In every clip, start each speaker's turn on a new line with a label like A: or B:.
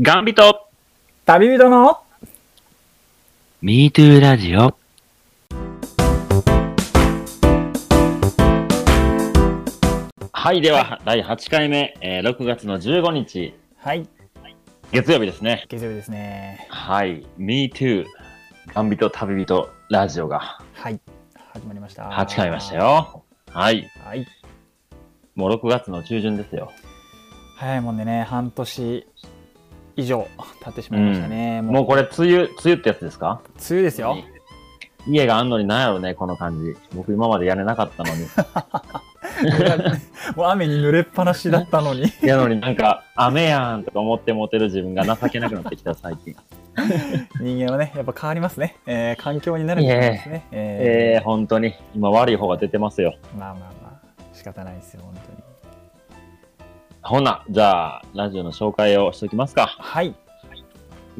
A: ガンビト
B: 旅人の
A: !MeToo ラジオ。はい、では、第8回目、えー6月の15日、
B: はい
A: 月曜日ですね。
B: 月曜日ですね
A: はい、MeToo、ガンビト旅人ラジオが
B: はい始まりました
A: 8回ましたよ。はい、
B: はい
A: もう6月の中旬ですよ。
B: 早いもんでね半年以上経ってしまいましたね、もう
A: もうこれ、梅雨、梅雨ってやつですか
B: 梅雨ですよ
A: 家があんのになんやろね、この感じ。僕今までやれなかったのに。
B: もう雨に濡れっぱなしだったのに
A: やのになんか、雨やんとか思ってモテる自分が情けなくなってきた最近。
B: 人間はねやっぱ変わりますね、えー環境に慣れてるんですね
A: ええ
B: え
A: ー、本当に。今悪い方が出てますよ。
B: ーまあまあまあ仕方ないですよ本当に
A: ほな、じゃあ、ラジオの紹介をしときますか。
B: はい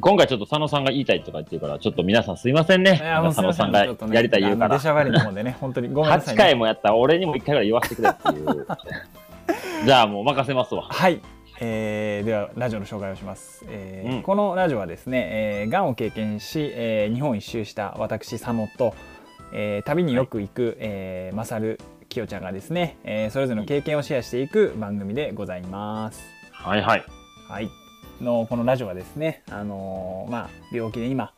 A: 今回ちょっと佐野さんが言いたいとか言ってるから、ちょっと皆さんすいません
B: い
A: ね。
B: やもう
A: 佐
B: すい
A: 野
B: ませ
A: さん
B: ん
A: が
B: ちょっとね
A: やりたい言うか
B: あの
A: ら。
B: 出しゃばりなもんでね本当にごめんなさ
A: 8
B: い、
A: 回
B: ね、
A: もやったら俺にも1回ぐらい言わせてくれって いう。じゃあもう任せますわ。
B: はい、えーではラジオの紹介をします、えー
A: うん
B: このラジオはですね、えー、がんを経験し、えー日本一周した私佐野と、えー旅によく行く、えー、マサルキヨちゃんがですね、えーそれぞれの経験をシェアしていく番組でございます
A: はいはい。
B: はいのこのラジオはですね、あのーまあ、病気で今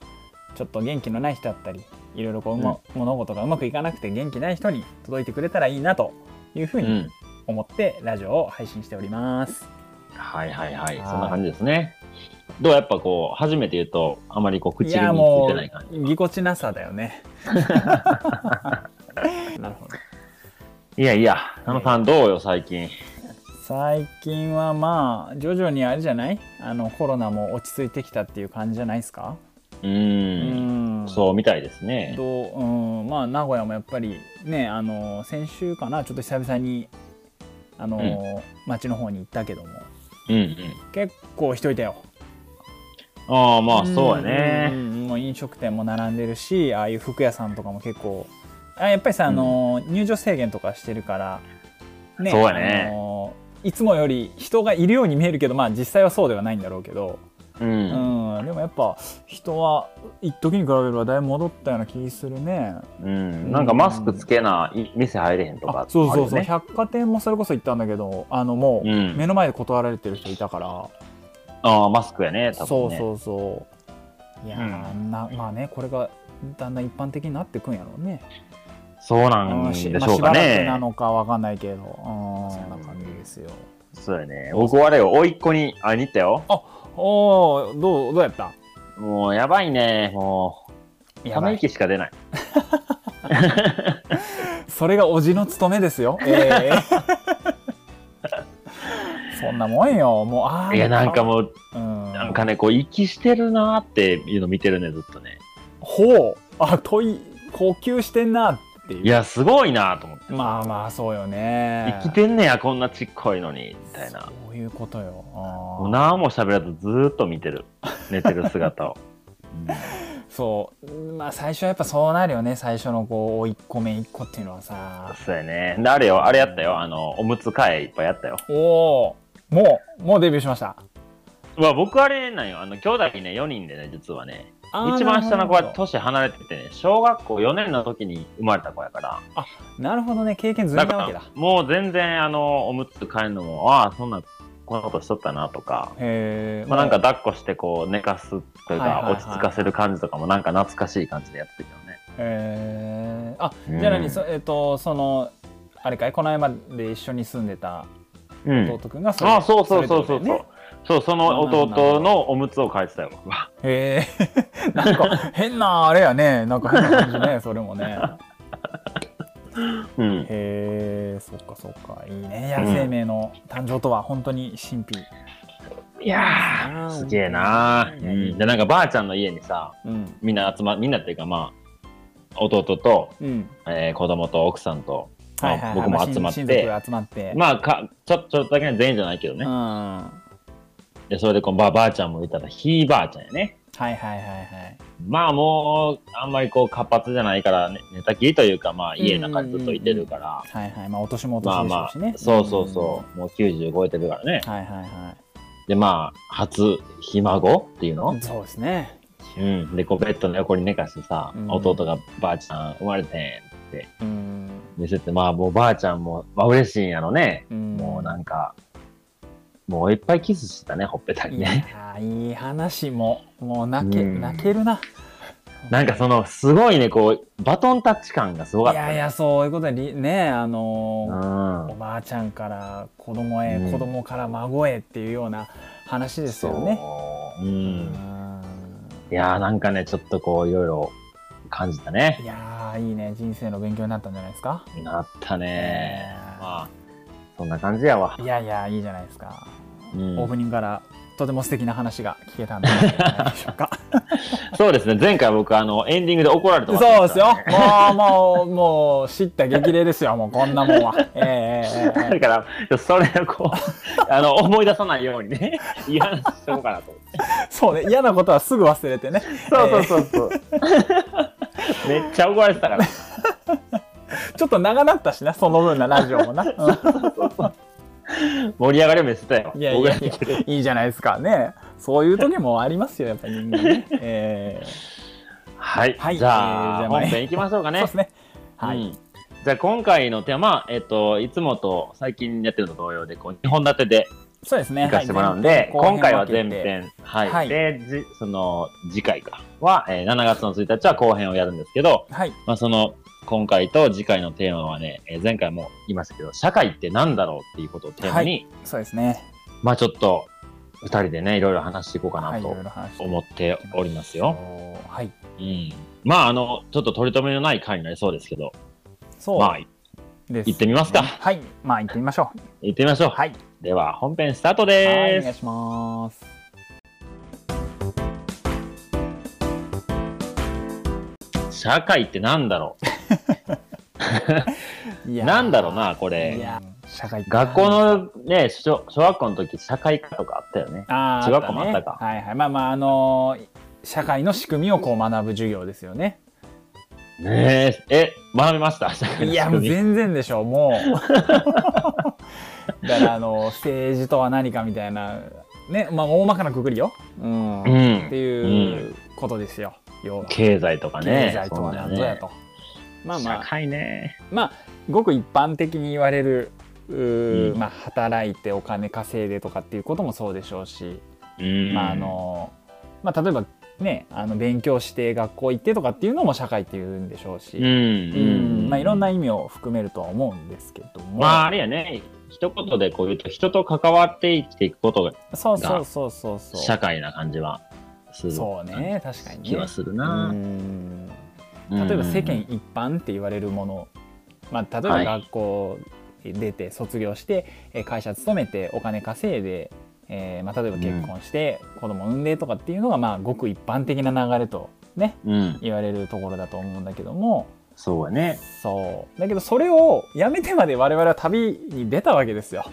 B: ちょっと元気のない人だったりいろいろこう、うま物事がうまくいかなくて元気ない人に届いてくれたらいいなというふう
A: う
B: に
A: ん。
B: 思ってラジオを配信しております。
A: はいはいはい。
B: はい
A: そんな感じですね。どうやっぱこう、初めて言うと、あまりこう、口
B: い
A: につ
B: や
A: い
B: も
A: てない感じ。
B: うぎこちなさだ よね。なるほど。
A: いやいや、佐野さんどうよ、最近。
B: 最近はまあ徐々にあれじゃないあのコロナも落ち着いてきたっていう感じじゃないですか
A: うー
B: う
A: ん。
B: ん
A: そうみたいですね。
B: どううんまあ名古屋もやっぱりねあの先週かなちょっと久々にあの、
A: う
B: 町の方に行ったけども
A: うんうん。
B: 結構人いたよ
A: ああ、まあそうや
B: ん
A: ね。
B: うんうんもう飲食店も並んでるしああいう服屋さんとかも結構あやっぱりさ、あの入場制限とかしてるからね
A: そうやね
B: あのいつもより人がいるように見えるけどまあ実際はそうではないんだろうけど、
A: う。
B: うんんでもやっぱ人は一時に比べればだいぶ戻ったような気するね
A: うん。なんかマスクつけない、店入れへんとか
B: あ。そうそう
A: あ
B: そう、
A: るよね
B: 百貨店もそれこそ行ったんだけどあのもう、
A: うん
B: 目の前で断られてる人いたから
A: ああ、マスクやね、多分
B: そう
A: ね。
B: そうそういやー、なまあねこれがだんだん一般的になってくんやろうね、
A: そうなんでしょ
B: し
A: うか
B: まあ、しばらくな
A: ね。
B: のかわかんないけどうん
A: そ
B: そ
A: ん
B: ん
A: な感
B: な感
A: じ
B: じ
A: で
B: ですよ
A: そうやね。僕はあれよ、甥いっ子に会いに行ったよ。
B: おおどうどうやった
A: もうやばいね。もう、た
B: や
A: め
B: ばい
A: 息しか出ない。
B: それがおじの務めで すよええそんなもんよもうああ
A: いや、なんかもう、
B: うん
A: なんかね、こう、息してるなーっていうの見てるね、ずっとね。
B: ほうあ問い呼吸してんなっていう
A: いや、すごいなーと思って。
B: まあまあそうよね
A: 生きてんねや、こんなちっこいのに、みたいな。
B: そういうことよあ
A: もう
B: ー
A: 何も喋らずずーっと見てる寝てる姿 を、
B: そうまあ最初はやっぱそうなるよね最初のこう1個目1個っていうのはさ
A: そうやねであれよあれやったよあのおむつ替えいっぱいやったよ
B: おおもうもうデビューしました
A: まあ僕あれなんよあの兄弟ね4人でね実はね一番下の子は年離れててね小学校4年の時に生まれた子やから
B: なるほどね経験済み
A: だ
B: な
A: か
B: わけだ
A: らもう全然あのおむつ替えるのもああそんなこんなことしとったなとか、
B: へえ
A: まあ、なんか抱っこしてこう寝かすという
B: はいはい
A: か
B: はい
A: 落ち着かせる感じとかもなんか懐かしい感じでやってたよね
B: えあじゃ
A: う
B: あ何
A: ん
B: そえっ、とそのあれかいこの間まで一緒に住んでた
A: うん
B: 弟くんがそれ、
A: あそうそうそうそうそう、
B: れってことだよね
A: そうその
B: なるほ
A: 弟
B: どな
A: のおむつを変えてたよ僕は
B: へえ なんか変なあれやねなんか変な感じ ねそれもね
A: うん
B: へえそっかそっかいいねいや
A: うん
B: 生命の誕生とは本当に神秘
A: いやーすげえなー、うん、でなんかばあちゃんの家にさ
B: うん
A: みんな集まみんなっていうかまあ弟と、
B: うん
A: えー子供と奥さんと、まあ
B: はいはいは
A: 僕
B: い
A: も集まっ
B: 親
A: て
B: 親族集まって
A: まあかちょちょっとだけね全員じゃないけどね、
B: うんはい
A: でそれでこうばばあちゃんもいたらひいばあちゃんやね
B: はいはいはい
A: まあもうあんまりこう活発じゃないから、ね、寝たきりというかまあ家の中でずっといてるから、
B: はいはいまあお年もお
A: まあ
B: 年でしょ
A: ま
B: うし
A: あ、
B: ね
A: そうそうそう、もう90超えてるからね、
B: うんはいはいは
A: で、まあ、初ひ孫っていうの、
B: そうですね。
A: うん、で、こうベッドの横に寝かしてさ、
B: うん
A: 弟がばあちゃん生まれてんって
B: うん。
A: 見せて、まあもうばあちゃんも、まあ嬉しいんやろね。もうなんんか、もういっぱいキスしてたね、ほっぺたに
B: いや
A: ね。
B: ーいい話も、もう泣け、
A: うん
B: 泣けるな。
A: なんかその、すごいね、こう、バトンタッチ感がすごか
B: い
A: った、ね。
B: やいや、そういうことで、りね、あの
A: う
B: ー
A: ん
B: お。ばあちゃんから子供へ、
A: うん
B: 子供から孫へっていうような話ですよね。
A: そう。う。
B: うんん
A: いやーなんかね、ちょっとこう、いろいろ感じたね
B: い。やーいいね人生の勉強になったんじゃないですか
A: なったね
B: えー
A: まあ、そんな感じやわ。
B: いやいやいいじゃないですか、
A: うん
B: オープニングからとても素敵な話が聞けたんじゃないでしょ うか
A: そうですね、前回僕、あの、エンディングで怒られた
B: そうですよもうもうもう知った激励ですよもうこんなもんはええええええ
A: だから、それをこう、あの、思い出さないようにね、いい話しとこうかなと思って。
B: そうね嫌なことはすぐ忘れてね
A: そうそうそうそう。 めっちゃ怒られてたから。
B: ちょっと長なったしなその分なラジオもな、うん
A: 盛り上がりを見せたよ。
B: いやいやい
A: 僕ら
B: や
A: に来る
B: いいじゃないですかねそういう時もありますよやっぱ人間ね、ええ
A: はい、
B: はい
A: じ
B: えー
A: ゃあ、
B: じゃあ
A: 本編行きましょうかね。
B: そうですねはい、
A: うんじゃあ今回のテーマは、えっと、いつもと最近やってるのと同様でこう2本立てで
B: そうですね
A: 行かせてもらうんで、
B: はい
A: 今回は前
B: 後編分けて
A: 編、はい
B: はい
A: でじその次回かは、えー7月の1日は後編をやるんですけど、
B: はい
A: まあ、その今回と次回のテーマはね、えー前回も言いましたけど社会ってなんだろうっていうことをテーマに、
B: そうですね
A: まあちょっと2人でねいろいろ話していこうか
B: は、
A: ない
B: い
A: と
B: ろいろ話して
A: 思っておりますよ。
B: はい。
A: うん、まああのちょっと取り留めのない回になりそうですけど、
B: そう、
A: まあ
B: です
A: 行ってみますか
B: はい。まあ行ってみましょう。
A: 行ってみましょう。
B: はい。
A: では本編スタート
B: はい、
A: で
B: お願い
A: す。
B: します。
A: 社会ってなんだろ
B: いうやー
A: なんだろう。なこ
B: い
A: れ。
B: やー、社会
A: 学校のね小小学校の時社会科とかあったよね。
B: あー
A: 中学校もあった
B: ね
A: か
B: はいはい。まあまああのー社会の仕組みをこう学ぶ授業ですよね。
A: ねええ学びました社会の
B: いやもう
A: 仕組み
B: 全然でしょう もう。だからあのー政治とは何かみたいなねまあ大まかなくくりよ。うん。
A: う
B: っ
A: ん
B: ていうことですよ。要は
A: 経済とかね
B: 経済とは何
A: そ
B: ぞ
A: うだよ
B: や
A: ね
B: と。まあまあ
A: 社会ね
B: まあごく一般的に言われるうー
A: うん
B: まあ、働いてお金稼いでとかっていうこともそうでしょうし、
A: うん
B: まああのまあ、例えば、ね、あの勉強して学校行ってとかっていうのも社会っていうんでしょうし、
A: うんうん
B: まあ、いろんな意味を含めるとは思うんですけども、
A: まああれやね一言でこう言うと人と関わって生きていくことが
B: そうそうそうそうそう
A: 社会な感じはする
B: そうね確かに
A: 気
B: ね
A: は。する
B: う
A: な、
B: ん例えば世間一般って言われるもの、まあ、例え
A: は
B: ば
A: い
B: 学校出て卒業して、えー会社勤めてお金稼いで、えーまあ、例えば結婚して子供産んでとかっていうのがまあごく一般的な流れとね
A: うん、うん、
B: 言われるところだと思うんだけども
A: そうやね
B: そうだけどそれをやめてまで我々は旅に出たわけですよ。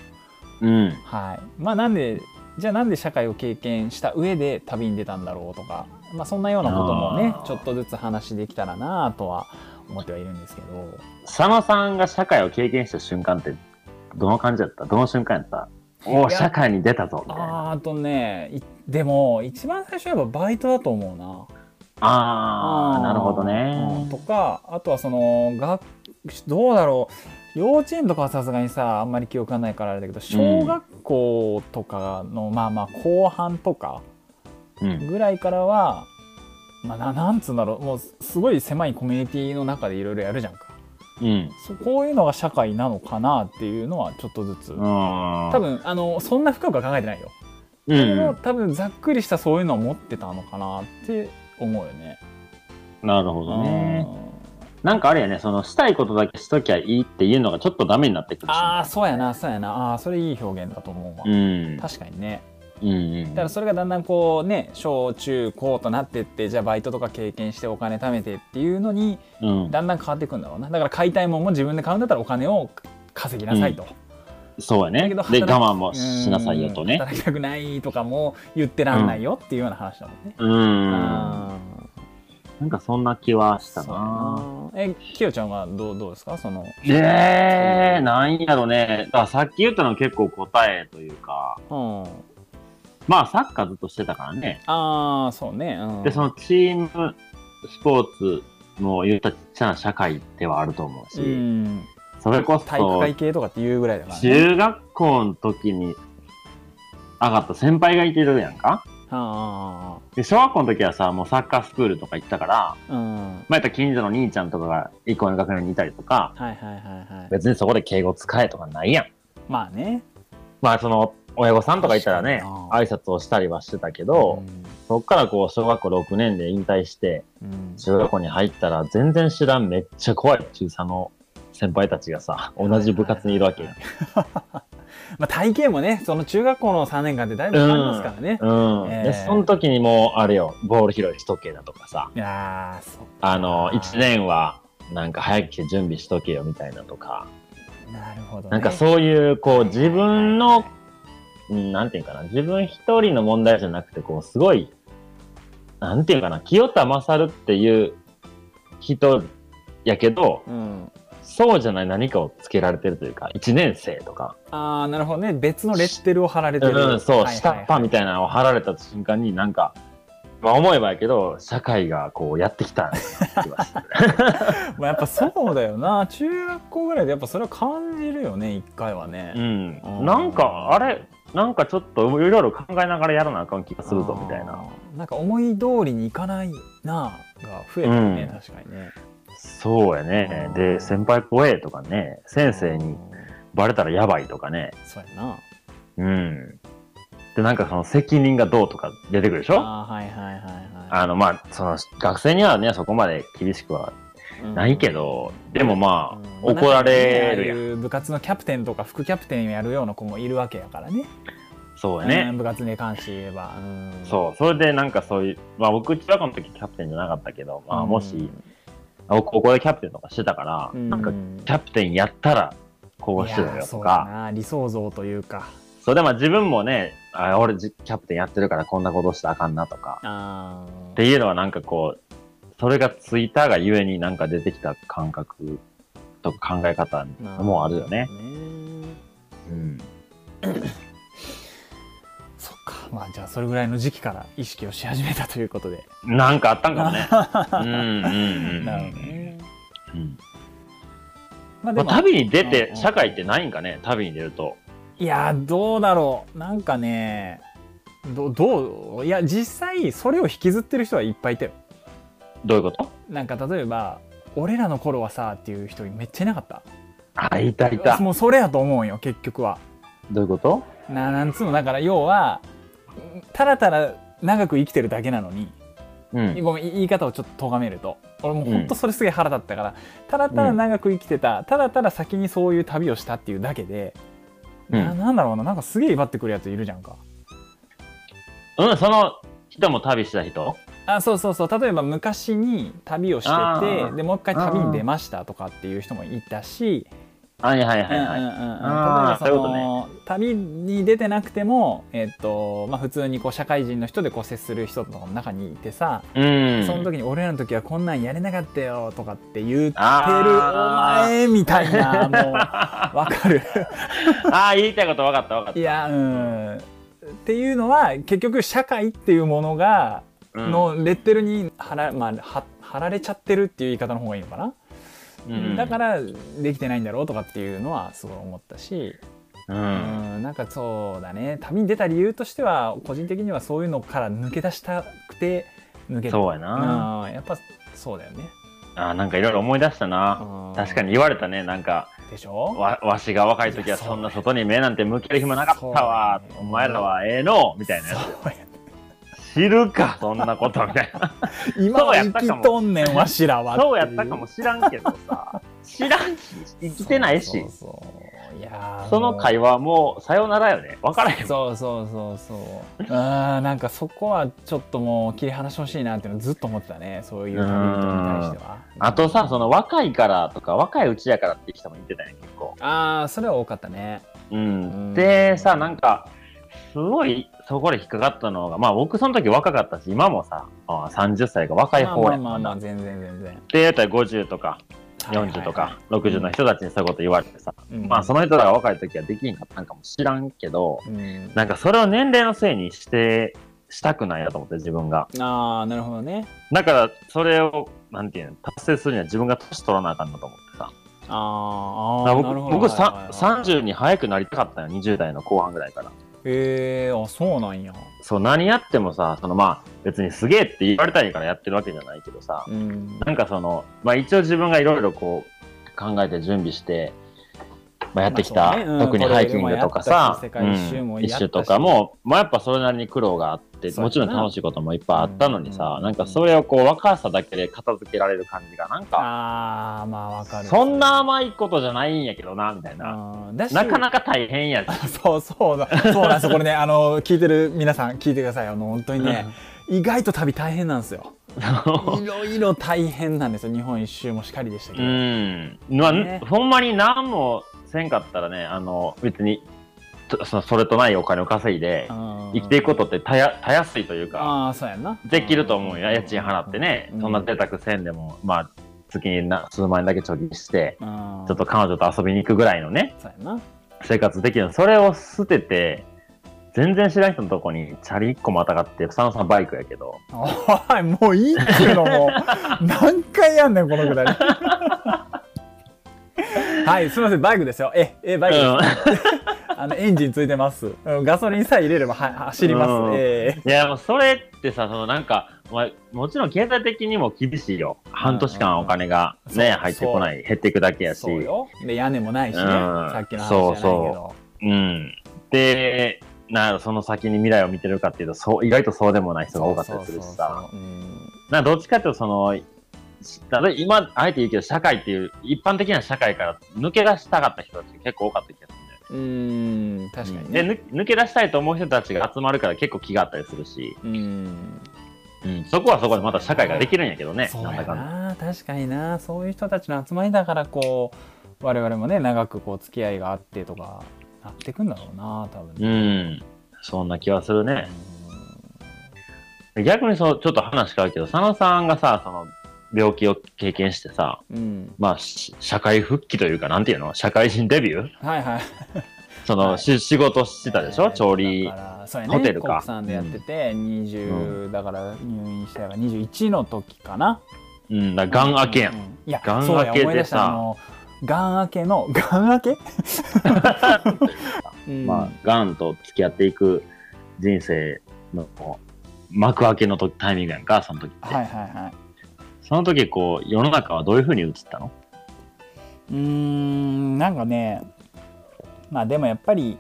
A: うん
B: はいまあ、なんでじゃあなんで社会を経験した上で旅に出たんだろうとか、まあ、そんなようなこともね
A: あー
B: ちょっとずつ話できたらなとは思ってはいるんですけど。
A: 佐野さんが社会を経験した瞬間ってどの感じだったどの瞬間やったおお
B: いや
A: 社会に出たぞみたいな
B: あーあとねいでも一番最初はやっぱバイトだと思うな
A: ああ
B: うん
A: なるほどね
B: うんとかあとはその学どうだろう幼稚園とかはさすがにさあんまり記憶がないからあれだけど小学校とかの、まあまあ後半とか
A: うん
B: ぐらいからは、まあ、ななんつうんだろうもうすごい狭いコミュニティの中でいろいろやるじゃんか
A: うん
B: そうこういうのが社会なのかなっていうのはちょっとずつ、
A: 多
B: 多分あのそんな深くは考えてないよ
A: う
B: それも
A: ん、
B: 多分ざっくりしたそういうのを持ってたのかなって思うよね。
A: なるほどね。なんかあれやね、そのしたいことだけしときゃいいっていうのがちょっとダメになってくるしね、
B: ああーそうやなそうやなあーそれいい表現だと思うわ、
A: うん。
B: 確かにね
A: うんうん
B: だからそれがだんだんこうね小中高となってってじゃあバイトとか経験してお金貯めてっていうのに
A: うん、
B: だんだん変わっていくんだろうなだから買いたいもんも自分で買うんだったらお金を稼ぎなさいと、
A: そうやね。
B: だ
A: で
B: けど働く
A: 我慢もしなさいよと
B: うん
A: ね。
B: 働きたくないとかも言ってらんないよっていうような話だもんね、
A: うん。なんかそんな気はした
B: そうや
A: な。
B: なえきよちゃんはどうどうですかその
A: えー、なんやろね。だからさっき言ったの結構答えというか、
B: うん
A: まあ、サッカーずっとしてたからね。
B: ああ、そうね。うん、
A: で、そのチームスポーツの言ったちっちゃな社会ではあると思うし、
B: うん、
A: それこそ、
B: 体育会系とかっていうぐらいだから、ね。
A: 中学校の時に上がった先輩がいてるやんか。
B: あ
A: で、小学校の時はさ、もうサッカースクールとか行ったから、
B: あ、うん。
A: まあ、やったら近所の兄ちゃんとかが一個上の学年にいたりとか、
B: はいはいはいはい。
A: 別にそこで敬語使えとかないやん。
B: まあね。
A: まあ、その、親御さんとかいたらね
B: 確か、
A: 挨拶をしたりはしてたけど、そっからこう、小学校6年で引退して、
B: うん。うん
A: 中学校に入ったら、全然知らん、めっちゃ怖い中3の先輩たちがさ、同じ部活にいるわけやん。
B: まあ体型もね、その中学校の3年間ってだいぶ変わりますからね。
A: うん。
B: えー
A: で、その時にもう、あれよ、ボール拾いしとけだとかさ、
B: いやー、そっか
A: あの、1年は、なんか早く来て準備しとけよみたいなとか、
B: なるほど、ね。
A: なんかそういう、こう、自分
B: はい
A: の、うんなんていうかな、自分一人の問題じゃなくて、こう、すごい、なんていうかな、清田勝っていう人やけど、
B: うん、
A: そうじゃない何かをつけられてるというか、1年生とか、
B: ああ、なるほどね。別のレッテルを貼られてる。
A: うん、そう、
B: はいはいはい
A: 下っ端みたいなのを貼られた瞬間に、なんか、まあ思えばやけど、社会がこうやってきた気が する
B: まあやっぱそうだよな。中学校ぐらいでやっぱそれは感じるよね、一回はね。
A: うん
B: う。ん
A: なんか、あれ、なんかちょっといろいろ考えながらやらなあかん気がするぞ、みたいな。
B: あーなんか思い通りにいかないなあが増えたね、
A: うん
B: 確かにね
A: そうやね
B: あ。ー
A: で、先輩怖えとかね、先生
B: う
A: に
B: ん
A: バレたらやばいとかね。
B: そうやな
A: うん。で、なんかその責任がどうとか出てくるでしょ
B: あーはいはいはいは、
A: あの、まあ、その学生にはね、そこまで厳しくはい
B: うん
A: ないけど、でもまあ、
B: うん
A: 怒られるやん。
B: なんかねああいう部活のキャプテンとか副キャプテンやるような子もいるわけやからね
A: そうやね。
B: うん部活に関して言えば、うん
A: そう、それでなんかそういう、まあ僕、中学校の時キャプテンじゃなかったけど、まあもし、あ僕、高校でキャプテンとかしてたから、
B: うん
A: なんかキャプテンやったらこうしてた
B: いや
A: よ
B: ーそ
A: と
B: うだ
A: か、
B: な理想像というか
A: それでまあ自分もね、あ俺じキャプテンやってるからこんなことしたらあかんなとか、
B: あー
A: っていうのはなんかこう、それがツイッターがゆえになんか出てきた感覚とか考え方
B: な
A: もあるよね。
B: ね
A: うん、
B: そっかまあじゃあそれぐらいの時期から意識をし始めたということで
A: なんかあったんかも ね。うんうんうん。
B: なるほどね
A: うん
B: まあ
A: まあ旅に出
B: うんう
A: て
B: ん
A: 社会ってないんかね、旅に出ると。
B: いやーどうだろうなんかねどどういや実際それを引きずってる人はいっぱいいたよ
A: どういうこと
B: なんか例えば俺らの頃はさっていう人めっちゃいなかった
A: あ、いたいた。
B: もうそれやと思うんよ結局は
A: どういうこと
B: ななんつうのだから要はたらたら長く生きてるだけなのに
A: うん。
B: ごめんい言い方をちょっと咎めると俺もうほんとそれすげえ腹立ったから、ただただ長く生きてた、ただただ先にそういう旅をしたっていうだけで、
A: うん
B: ななんだろうななんかすげえ威張ってくるやついるじゃんか
A: うん、その人も旅した人
B: あそうそうそう例えば昔に旅をし
A: あ
B: てて
A: ー
B: でもう一回旅に出ましたとかっていう人もいたし
A: はいはい
B: うん
A: は
B: う
A: い
B: んうん
A: は
B: う
A: い。
B: ん例えば
A: あーそ
B: その
A: ういうことね
B: 旅に出てなくても、えっとまあ、普通にこう社会人の人でこう接する人とかの中にいてさ、
A: うん。
B: その時に「俺らの時はこんなんやれなかったよ」とかって言ってる「お
A: あー
B: 前」みたい なもうわかる
A: ああ、言いたいこと分かった分かっ
B: いやうんっていうのは結局社会っていうものが
A: た。うん、
B: のレッテルに貼ら,、まあ、は貼られちゃってるっていう言い方の方がいいのかな、
A: うん
B: だか、らできてないんだろうとかっていうのはすごい思ったし、
A: う。
B: うんん、なんかそうだね旅に出た理由としては個人的にはそういうのから抜け出したくて抜け
A: そうや
B: う
A: な。
B: ん、やっぱそうだよね、
A: ああ、なんかいろいろ思い出したな。
B: うん
A: 確かに言われたね、なんか、
B: でしょ
A: わわしが若い時はそんな外に目なんて向ける暇なかったわ
B: そうだ。ね
A: お前らはええのみたいなや
B: そうや
A: つ。知るか、そんなことみたい な。
B: 今
A: そ
B: は
A: うや
B: 生
A: ったかも
B: きとんねんわしらはってい
A: そうやったかも知らんけどさ。知らんし、生きてないし
B: そう。そうそういやー
A: その
B: もう
A: 会話もうさよならよね。分からへん。
B: そうそうそうそうあーなんかそこはちょっともう切り離してほしいなっていうのずっと思ってたねそういう旅人に対しては
A: あとさ、その若いからとか、若いうちやからって人も言ってたね、結構。
B: ああそれは多かったね
A: うん。
B: う
A: で、
B: ん
A: さ、なんか、すごいそこで引っかかったのが、まあ僕その時若かったし、今もさ、あー30歳が若い方や
B: まあまあまあ
A: な。
B: 全然全然
A: で、やったら50とか、
B: はいはい
A: 40とか60の人たちにそういうこと言われてさ、
B: うん
A: まあその人らが若い時はできんかったんかもしらんけど、
B: うん
A: なんかそれを年齢のせいにして、したくないなと思って自分が。
B: ああなるほどね
A: だからそれを、なんていうの、達成するには自分が年取らなあかんなと思ってさ。
B: あーあ
A: だ
B: ー
A: か
B: な
A: ら
B: るほ
A: 僕
B: ど
A: 僕
B: はいはい
A: さ
B: はい
A: 30に早くなりたかったよ、20代の後半ぐらいから。
B: へえー、あそうなんや
A: そう、何やってもさ、そのまあ別にすげえって言われたいからやってるわけじゃないけどさ、
B: うん
A: なんかその、まあ一応自分がいろいろこう考えて準備して、まあ、やってきた、
B: まあそうねうん
A: 特にハイキングとかさ、
B: トレイルもやったし世界一周も
A: うん
B: やった
A: 一
B: し
A: 周とかも、まあやっぱそれなりに苦労があって、
B: そうやな
A: もちろん楽しいこともいっぱいあったのにさ、
B: うん
A: なんかそれをこう若さだけで片付けられる感じが、なんか、
B: ああまあわかる
A: そんな甘いことじゃないんやけどな、みたいな。
B: あーだし
A: なかなか大変やし。
B: そうそうだそうなんですよこれねあの聞いてる皆さん聞いてくださいあの本当にね意外と旅大変なんですよいろいろ大変なんですよ日本一周もしかりでしたけ
A: う
B: ど、
A: ん、まあ
B: ね
A: ほんまに何もせんかったらねあの別にとそそれとないお金を稼いで
B: あー
A: 生きていくことってたやたやすいというか
B: ああそうやんな
A: できると思うよ家賃払ってね、
B: うん
A: そんな贅沢せんでも、まあ、月にな数万円だけ貯金して
B: ちょ
A: ちょっと彼女と遊びに行くぐらいのね
B: そうやな
A: 生活できるのそれを捨てて全然知らん人のとこにチャリ1個またがって草野さんバイクやけど
B: おいもういいっていう のもう何回やんねんこのぐらいはいすみませんバイクですよええバイクです、あのエンジンついてます、うん、ガソリンさえ入れればは走ります、
A: うん
B: ええ
A: いや、もうそれってさ、そのなんか、お前もちろん経済的にも厳しいよ。半年間お金が
B: うんうん
A: ね、
B: そう
A: 入ってこない、減っていくだけやし。
B: そうよで屋根もないしね、
A: うん
B: さっきの話じゃないけど
A: そうん。で、なその先に未来を見てるかっていうと、そう意外とそうでもない人が多かったりするしさ。
B: そうそうそううん
A: などっちかっていうと、その、ただ今、あえて言うけど、社会っていう、一般的な社会から抜け出したかった人たちが結構多かった気がするんだよね。
B: うーん確かにね。
A: で抜抜け出したいと思う人たちが集まるから結構気があったりするし、
B: うん、
A: うん、そこはそこでまた社会ができるんやけどね、
B: そう
A: なん
B: や
A: だかんだ。
B: な確かになそういう人たちの集まりだからこう我々もね長くこう付き合いがあってとかなってくんだろうな多分
A: う
B: ね、
A: ん、そんな気はするね。
B: う
A: 逆にそう、ちょっと話変わるけど、佐野さんがさ、その、病気を経験してさ、
B: んうん
A: まあ、し社会復帰というか、なんていうの社会人デビュー
B: はいはい
A: その、
B: はい
A: し仕事してたでしょ、
B: えー
A: 調理
B: だ。からそうや
A: ホテ
B: ね
A: ルか
B: 国産でやってて、20、
A: う
B: だから入院したから21の時かな
A: うん、だからがん明けや。
B: うんんいや
A: がん
B: そうや
A: 明けで
B: 思い出した
A: さ
B: あのがん明けのがん 明け、うん
A: まあ、がんと付き合っていく人生の、こう幕開けの時タイミングやんか、その時って。
B: はいはいはい
A: その時、こう、世の中はどういうふうに映ったの
B: うーんなんかねまあでもやっぱり、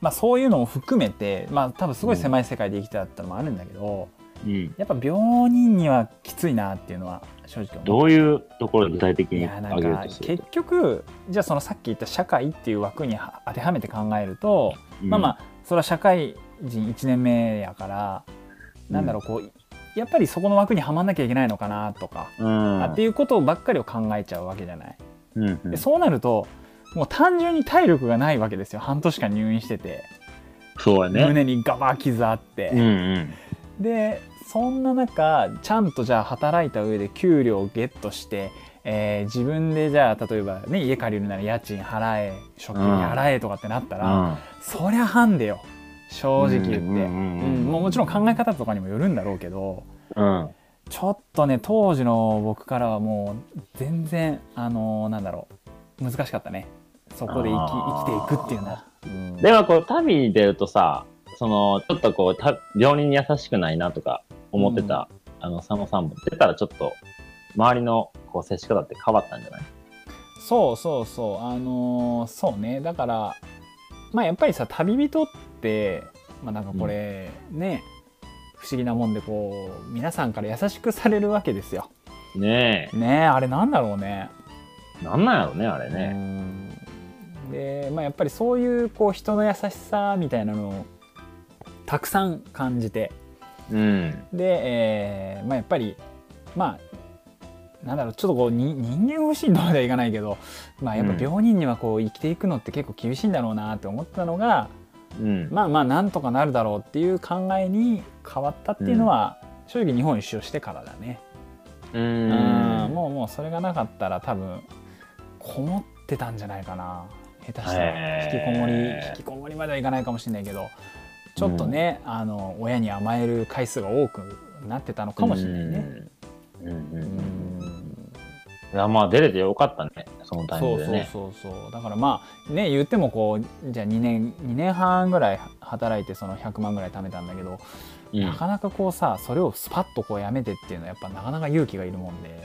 B: まあ、そういうのも含めてまあ多分すごい狭い世界で生きてたってのもあるんだけど、
A: うん。
B: やっぱ病人にはきついなっていうのは正直思う。
A: どういうところで具体的
B: い
A: に
B: やな
A: 挙
B: ん
A: げる
B: か
A: とする
B: 結局じゃあそのさっき言った社会っていう枠には当てはめて考えると、まあまあそれは社会人1年目やから、なんだろうこうやっぱりそこの枠にはまんなきゃいけないのかなとか、
A: あ、うん。
B: あっていうことばっかりを考えちゃうわけじゃない。
A: うんうん
B: でそうなるともう単純に体力がないわけですよ半年間入院してて、
A: そうやね。
B: 胸にガバ傷あって、
A: うんうん。
B: でそんな中ちゃんとじゃあ働いた上で給料をゲットして、えー自分でじゃあ例えばね家借りるなら家賃払え食費払えとかってなったら、そりゃハンデよ正直言って、
A: う
B: う
A: んうん
B: ん
A: うんうん
B: もうもちろん考え方とかにもよるんだろうけど
A: うん。うん。
B: ちょっとね当時の僕からはもう全然あのーなんだろう難しかったねそこで生き
A: あー
B: 生きていくっていうのは、うん
A: ではこう旅に出るとさそのちょっとこうた病人に優しくないなとか思ってた、あの佐野さんも出たらちょっと周りのこう接し方って変わったんじゃない
B: そうそうそうあのーそうねだからまあやっぱりさ旅人ってまあなんかこれ、ね不思議なもんでこう皆さんから優しくされるわけですよ
A: ね
B: ねえあれなんだろうね
A: えなんなんやろねあれね
B: うんで、まあ、やっぱりそういうこう人の優しさみたいなのをたくさん感じて
A: うん
B: で、えーまあ、やっぱりまあなんだろうちょっとこうに人間不信とまではいかないけど、まあ、やっぱ
A: うん
B: 病人にはこう生きていくのって結構厳しいんだろうなって思ったのが、
A: うん、
B: まあまあなんとかなるだろうっていう考えに変わったっていうのは、正直日本一周をしてからだね。
A: う
B: うん
A: ん。
B: もうもうそれがなかったら多分こもってたんじゃないかな下手したら
A: へー
B: 引きこもり引きこもりまではいかないかもしれないけどちょっとね、あの親に甘える回数が多くなってたのかもしれないね。
A: うん。うんう
B: うん
A: うん。
B: ん
A: いや、まあ、出れてよかったね。そのタイミ
B: そ
A: ン
B: う
A: グで
B: そう
A: ね。
B: そうそうだからまあね言ってもこうじゃあ2年2年半ぐらい働いてその100万ぐらい貯めたんだけど、
A: うん
B: なかなかこうさそれをスパッとこうやめてっていうのはやっぱなかなか勇気がいるもんで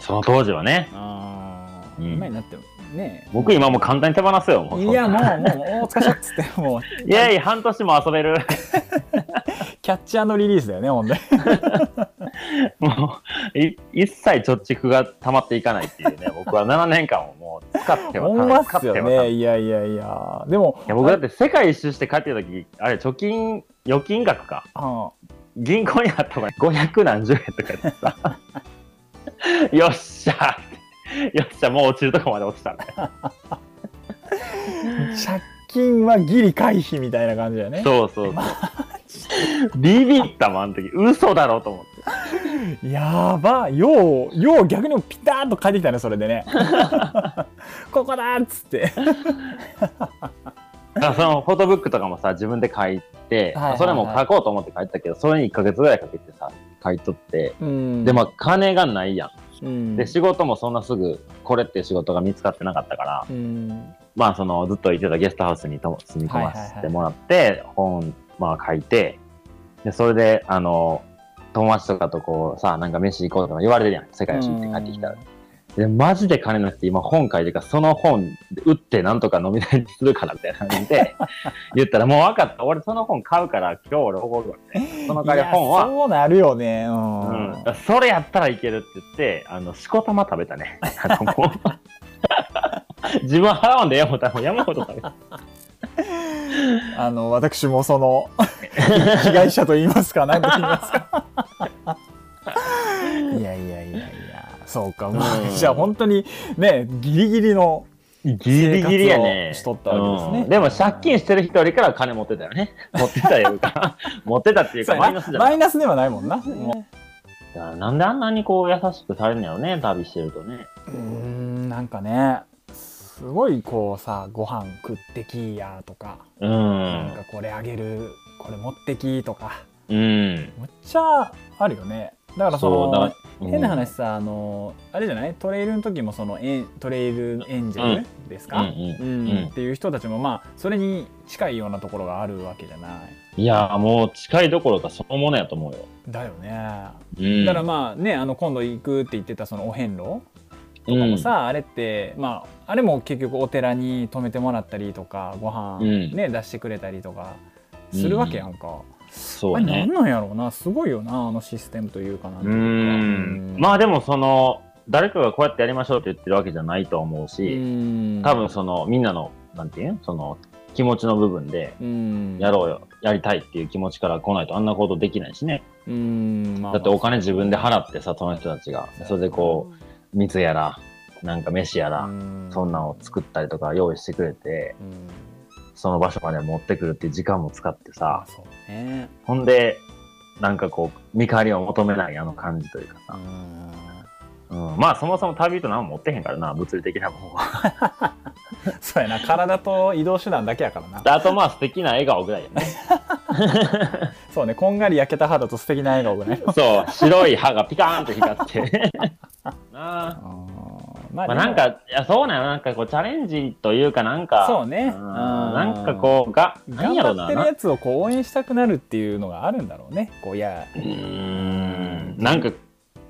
A: その当時はね。
B: あ、
A: うん
B: 今になってもね
A: 僕今もう簡単に手放すよ。もう
B: いやもうもうお疲れ様っつってもう
A: イェイ半年も遊べる。
B: キャッチャーのリリースだよねほんで
A: もう、い一切貯蓄が溜まっていかないっていう ね。僕は7年間をもう使っては
B: ほんまっ
A: 使っ
B: す
A: ては
B: よねいやいやいやでも
A: いや僕だって世界一周して帰ってた時あれ貯金預金額か
B: あ
A: 銀行にあったから500何十円とかでさ よっしゃよっしゃもう落ちるとこまで落ちたね
B: 借金はギリ回避みたいな感じだよね
A: そうそうそうビビったもんあの時嘘だろと思って
B: やばようよう逆にピターッと帰ってきたねそれでね ここだーっつって
A: だからそのフォトブックとかもさ自分で書いて、
B: はいはいはい
A: それも書こうと思って書いてたけどそれに1ヶ月ぐらいかけてさ書いとって
B: うん
A: でまあ金がないやん、
B: うん
A: で仕事もそんなすぐこれっていう仕事が見つかってなかったから
B: うん
A: まあそのずっと行ってたゲストハウスにと住み込ませてもらって、本、まあ、書いてでそれであの友達とかとこうさなんか飯行こうとか言われてるやん世界一周って帰ってきたら。でマジで金なくて今本書いてるからその本で売ってなんとか飲み代にするからみたいな感じ で言ったらもう分かった俺その本買うから今日俺おごるわみたいなその代わり本
B: いや
A: は
B: そうなるよねうん、
A: うん、それやったらいけるって言ってあのしこたま食べたねあのも う自分払わんでええ思ったらもう山ほど食べた
B: あの私もその 被害者と言いますか何と言いますかいやいやいやいやそうかまあ、
A: うん
B: じゃあ本当にねギリギリの
A: ギリギリやね
B: 生活をしとったわけですね
A: うんでも借金してる人よりから金持ってたよ ね持ってたよ持ってたっていうかマイナスじゃな
B: マ
A: い
B: イナスではないもんなもう
A: なんであんなにこう優しくされるんやろね旅してるとね
B: うーんなんかねすごいこうさご飯食ってきやとか、
A: う
B: なん
A: ん
B: かこれあげるこれ持ってきとか
A: うん
B: むっちゃあるよねだからそ
A: そう
B: の
A: だうん
B: 変な話さあのあれじゃないトレイルの時もそのエントレイルエンジェルです
A: うんう
B: か、うん
A: んうん
B: っていう人たちもまあそれに近いようなところがあるわけじゃない
A: いやもう近いどころかそのものやと思うよ、
B: だよね、
A: うん、
B: だからまあねあの今度行くって言ってたそのお遍路
A: う
B: とか
A: ん
B: もさ、あれってまああれも結局お寺に泊めてもらったりとかご飯
A: うん
B: ね、出してくれたりとかするわけやんか、
A: そう
B: あれ
A: ね
B: なんなんやろうなすごいよなあのシステムというかなんていううか
A: んまあでもその誰かがこうやってやりましょうって言ってるわけじゃないと思う
B: う
A: し、
B: ん
A: 多分そのみんなのなんていうんその気持ちの部分で
B: うん
A: やろうよやりたいっていう気持ちから来ないとあんなことできないしね
B: うん、まあ、
A: だってお金自分で払ってさその人たちがそれでこう蜜やらなんか飯や
B: う
A: ら
B: ん
A: そんなんを作ったりとか用意してくれて
B: うん
A: その場所まで持ってくるっていう時間も使って
B: あ
A: さ
B: そうね
A: ほんでなんかこう見返りを求めないあの感じというかさ
B: うん
A: うん、まあそもそも旅人何も持ってへんからな物理的なもん は
B: そうやな体と移動手段だけやからな
A: あとまあ素敵な笑顔ぐらいや ね
B: そうねこんがり焼けた肌と素敵な笑顔がね
A: そう白い歯がピカーンと光って なあ
B: うんま
A: まあ、なんかいやそうなんやなんかこうチャレンジというかなんか
B: そう
A: ん
B: ねうん
A: なんかこうがなん
B: 頑
A: やろう
B: 張っ
A: な
B: てる
A: な
B: やつをこう応援したくなるっていうのがあるんだろうね。こういや、
A: うーんなんか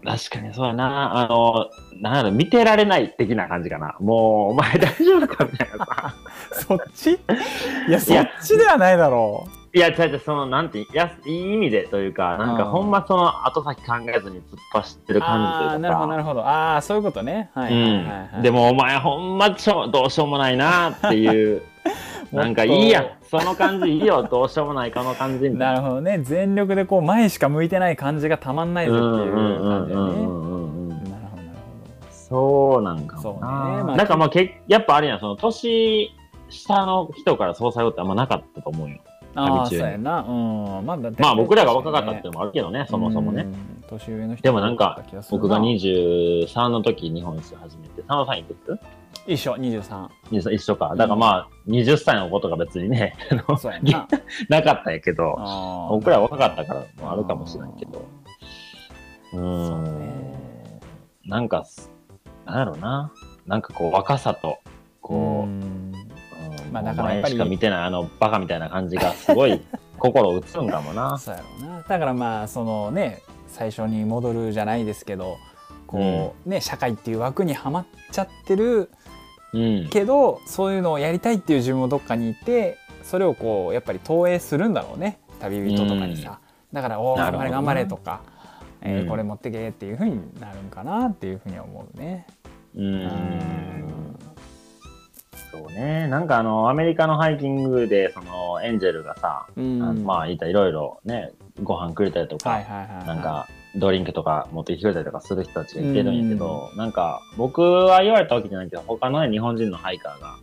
A: 確かにそうやなあのなんやろ見てられない的な感じかなもうお前 大丈夫かみたいなさ
B: そっちいや、そっちではないだろ
A: いや違う違うそのなんていやいい意味でというかなんか
B: うん
A: ほんまその後先考えずに突っ走って
B: う。
A: る感じ
B: あ
A: と
B: あ、
A: いう
B: なるほど、な
A: か
B: るほど。ああ、そういうことね。はいはいはいは
A: さ
B: い。
A: でもお前ほんまちょどうしようもないなっていう なんかいいやんその感じいいよどうしようもないこの感じみたい
B: な
A: な
B: るほどね。全力でこう前しか向いてない感じがたまんないぞっていう感じだね。なるほど、なる
A: そうなんか
B: そう
A: も
B: ね
A: な、
B: まあ
A: なんかまあけやっぱあれやんその年下の人からそうされるってあんまなかったと思うよ
B: ほど。ああ、
A: 旅中
B: そ
A: に
B: うやな。うん。まあ、だって
A: まあ僕らが若かったっていうのもあるけどねそもそもね
B: うん年上の人
A: でもなんか
B: だった気するな
A: 僕が23の時日本一周始めて、佐野さんいくつ
B: 一緒23
A: 23一緒か。だからまあ、20歳のことが別にね、 あの
B: そうやんな
A: なかったんやけど、
B: あー
A: 僕ら若かったからもあるかもしれないけど。う
B: そう
A: ーん。
B: ね
A: なんかす、なんやろうな。なんかこう、若さと、こう、
B: うん
A: うん
B: まあだからやっぱ
A: お前
B: り
A: しか見てないあのバカみたいな感じがすごい 心打つんかもな。
B: そうやろうなだからまあそのね最初に戻るじゃないですけどこう、ね社会っていう枠にはまっちゃってる
A: うん。
B: けどそういうのをやりたいっていう自分もどっかにいてそれをこうやっぱり投影するんだろうね旅人とかにさ、だから「おお
A: なる
B: 頑張
A: ほ
B: れ
A: どな
B: 頑張れ」とか、えー
A: うん
B: これ持ってけ」っていうふうになるんかなっていうふうには思うね。
A: うん。そうね。なんかあの、アメリカのハイキングで、その、エンジェルがさ、
B: うん
A: あのまあ、いたいろいろね、ご飯くれたりとか、
B: はいはいはいはい、
A: なんか、ドリンクとか持ってきてくれたりとかする人たちがいてるんやけど、なんか、僕は言われたわけじゃないけど、他のね日本人のハイカーが、ま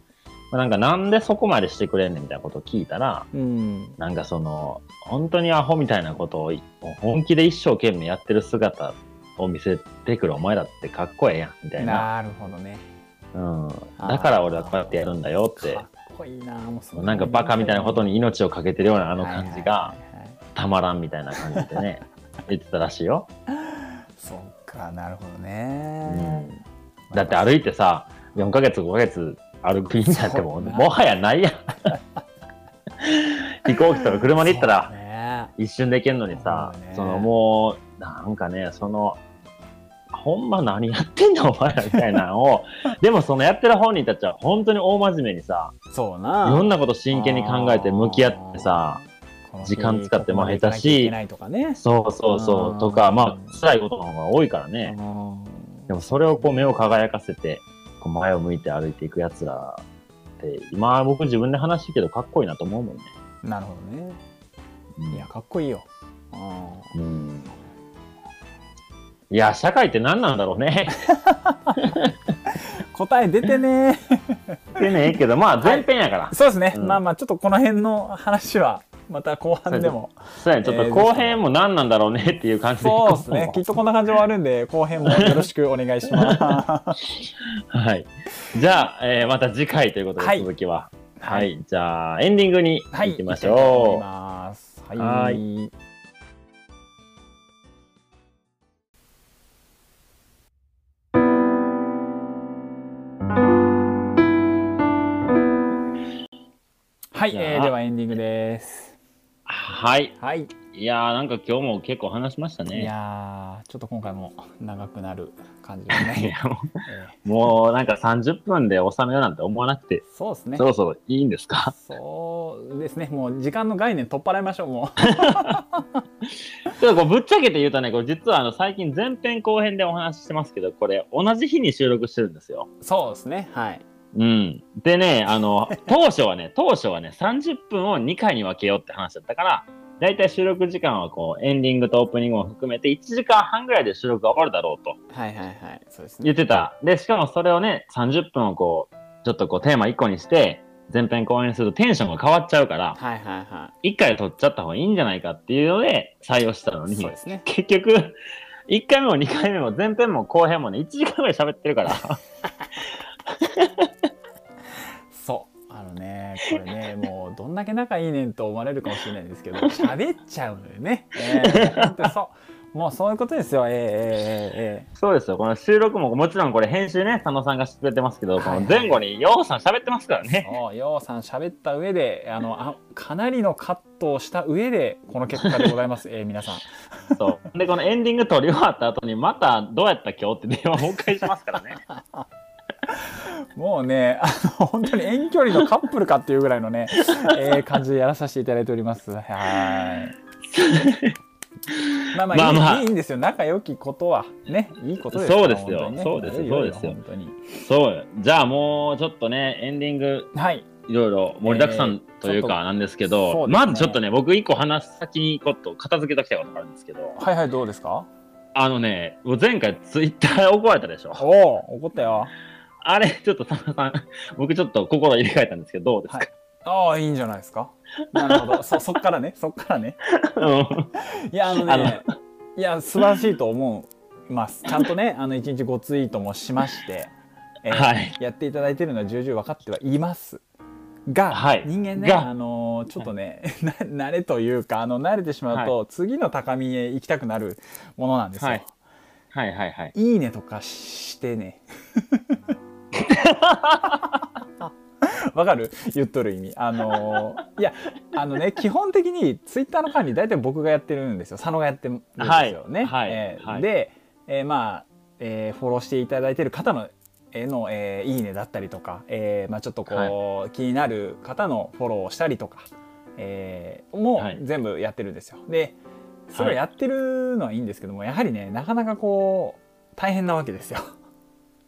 A: あなんか、なんでそこまでしてくれんねんみたいなことを聞いたら、
B: うん、
A: なんかその、本当にアホみたいなことをい本気で一生懸命やってる姿を見せてくるお前だってかっこええやん、みたいな。
B: なるほどね。
A: うん。だから俺はこうやってやるんだよって
B: か、っこいいなもうそ
A: なんかバカみたいなことに命を懸けてるようなあ
B: あ
A: の感じがたまらんみたいな感じでね、言ってたらしいよ。
B: そっかなるほど
A: うん
B: ね、
A: だって歩いてさ、4ヶ月、5ヶ月歩く意味なんてもう、
B: そう
A: もはやないやん。 飛行機とか車で行ったら、
B: ら
A: 一瞬で行けんのにさ、
B: そうね
A: そのもう、なんかね、その、ほんま何やってんだお前らみたいなの を、でもそのやってる本人たちは本当に大真面目にさ、
B: そう
A: い
B: な
A: ろんなこと真剣に考えて向き合ってさ、
B: この
A: 時間使っても
B: ここ
A: 下手し
B: 行かなきゃいけないとかね
A: そうそうそううんとか、まあ、辛いことの方が多いからね。
B: うん
A: でもそれをこう目を輝かせて、こう前を向いて歩いていくやつらって、今僕自分で話してるけどかっこいいなと思うもんね。
B: なるほどね
A: うん
B: いやかっこいいようん
A: うん。いや、社会って何なんだろうね。
B: 答え出てね
A: ってねえけど、まあ前編やから。
B: そうですね、
A: うん
B: まあまあちょっとこの辺の話はまた後半でも
A: そうやね、ちょっと後編も何なんだろうねっていう感じで。
B: そうですねきっとこんな感じで終わるんで後編もよろしくお願いし ます
A: はい。じゃあ、えーまた次回ということで、
B: はい
A: 続きは。
B: は
A: はいい。じゃあ、エンディングに
B: はい
A: 行きまし
B: 行きたいと思
A: ょ
B: い
A: う。
B: ますはい
A: は
B: はい、
A: じゃあ
B: えーではエンディングです
A: はい。
B: はい
A: いやー、なんか今日も結構話しましたね。
B: いやーちょっと今回も長くなる感じで す
A: い
B: ね。
A: やも
B: えー
A: うもうなんか30分で収めようなんて思わなくて、
B: そうですね
A: そ。ろそろいいんですか
B: そうですね。もう時間の概念取っ払いましょう。も
A: ちょっとこうぶっちゃけて言うとね、これ実はあの最近前編後編でお話ししてますけど、これ同じ日に収録してるんですよ。
B: う。そうですね。はい。
A: うん。でね、あの、当初はね、 当初はね、30分を2回に分けようって話だったから、だいたい収録時間はこう、エンディングとオープニングも含めて1時間半ぐらいで収録が終わるだろうと
B: はいはいはい。そうです
A: 言
B: ね
A: っ。てた。で、しかもそれをね、30分をこう、ちょっとこうテーマ1個にして、前編後編にするとテンションが変わっちゃうから、
B: はいはいは
A: 1回で撮っちゃった方がいいんじゃないかっていうので採用したの
B: い。
A: に
B: そう、ですね。
A: 結局、1回目も2回目も前編も後編もね、1時間ぐらい喋ってるから。
B: そう。あのね、これね、もうどんだけ仲いいねんと思われるかもしれないんですけど、喋っちゃうのよね。えー、本当にそう。もうそういうことですよ。えー、え
A: そうですよ、この収録ももちろんこれ編集ね、佐野さんがしてくれてますけど、この前後にようさん喋ってますから
B: ー、えー、え
A: ね。
B: ー。そう、ようさん喋った上で、あの、あ、かなりのカットをした上で、この結果でございます。えー、皆さん。
A: そう。で、このエンディング撮り終わった後に、またどうやった今日って電 話もう一回しますからね。
B: もうね、あの本当に遠距離のカップルかっていうぐらいのね、えー感じでやらさせていただいております。はーい。まあまあ、
A: まあまあ
B: いいいいんですよ。仲良きことはね、いいことで す
A: そうですよ
B: 本当にね
A: そうですよ
B: 良い良い
A: そうですよ
B: 本当に。
A: そうよじゃあもうちょっとね、エンディング、
B: はい。
A: いろいろ盛りだくさ
B: えー
A: んという
B: ちょっ
A: か
B: と
A: なんですけ
B: そ
A: ど、
B: うですね
A: まずちょっとね、僕一個話す先にこと片付けときたいことがあるんですけど、
B: はいはい、どうですか
A: あのね、もう前回ツイッター怒られたでしょ。
B: おお、怒ったよ。
A: あれ、ちょっと佐野さん、僕ちょっと心入れ替えたんですけど、どうですか、
B: ああ、いいんじゃ ないですか。なるほど。そ、そっからね、そっからね。
A: うん
B: いや、あのね、いや素晴らしいと思いますちゃんとねあの1日5ツイートもしまして、えー
A: はい
B: やっていただいてるのは重々分かってはいますが、
A: はい
B: 人間ね
A: が
B: あのーちょっとね、 な慣れというかあの慣れてしまうと、次の高みへ行きたくなるものなんですよ、
A: はい
B: い、
A: はいはいはい。
B: いねとかしてねわかる言っとる意味あのーいやあのね基本的にツイッターの管理大体僕がやってるんですよ佐野がやってるんですよね、
A: はいはい
B: えー
A: はい
B: で、えーまあ、えーフォローしていただいてる方のへの、えーいいねだったりとか、えーまあ、ちょっとこう、気になる方のフォローをしたりとか、えーも
A: はいう
B: 全部やってるんですよ。でそれを
A: はい
B: やってるのはいいんですけどもやはりねなかなかこう大変なわけですよ。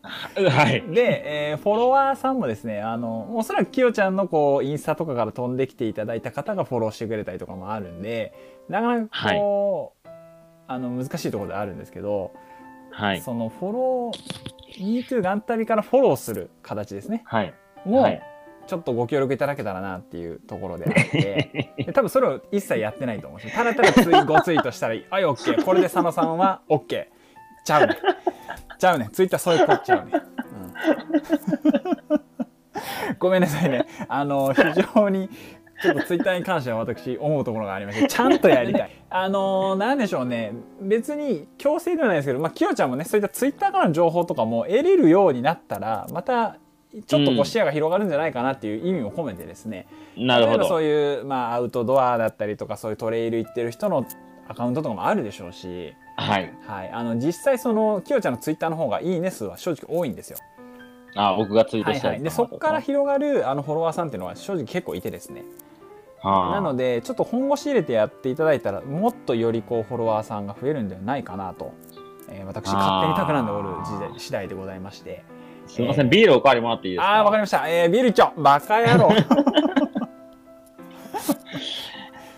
A: はい。
B: で、えーフォロワーさんもですねあのおそらくきよちゃんのこうインスタとかから飛んできていただいた方がフォローしてくれたりとかもあるんでなかなかこう、あの難しいところではあるんですけど、
A: はい。
B: そのフォロー「MeToo ガンタビ」からフォローする形ですね
A: はい。
B: もう、
A: はい
B: ちょっとご協力いただけたらなっていうところであってで多分それを一切やってないと思うんですよただただツイごツイートしたら「はい OK これで佐野さんは OK ちゃうねちゃうねツイッターそういうこっちゃうね」うんごめんなさいねあの非常にちょっとツイッターに関しては私思うところがありましてちゃんとやりたいあのなんでしょうね別に強制ではないですけどまあきよちゃんもねそういったツイッターからの情報とかも得れるようになったらまたちょっとこ
A: う
B: うん視野が広がるんじゃないかなっていう意味も込めてですね、
A: なる
B: 例え
A: ほ
B: ばそう
A: ど。
B: いう、まあ、アウトドアだったりとかそういうトレイル行ってる人のアカウントとかもあるでしょうし、
A: はい。
B: はい、あの実際そのきよちゃんのツイッターの方がいいね数は正直多いんですよ。
A: あ、僕がツイート
B: はい
A: した
B: は
A: や
B: い、
A: つ
B: で
A: の
B: そ
A: 方
B: こ
A: と
B: から広がるあのフォロワーさんっていうのは正直結構いてですね
A: はあ
B: なのでちょっと本腰入れてやっていただいたらもっとよりこうフォロワーさんが増えるんではないかなと、えー私勝手に企んでおる時代次第でございまして
A: すみません、ビールおかわりもらっていいですか
B: ああーわかりました、えー、ビールちょバカ野郎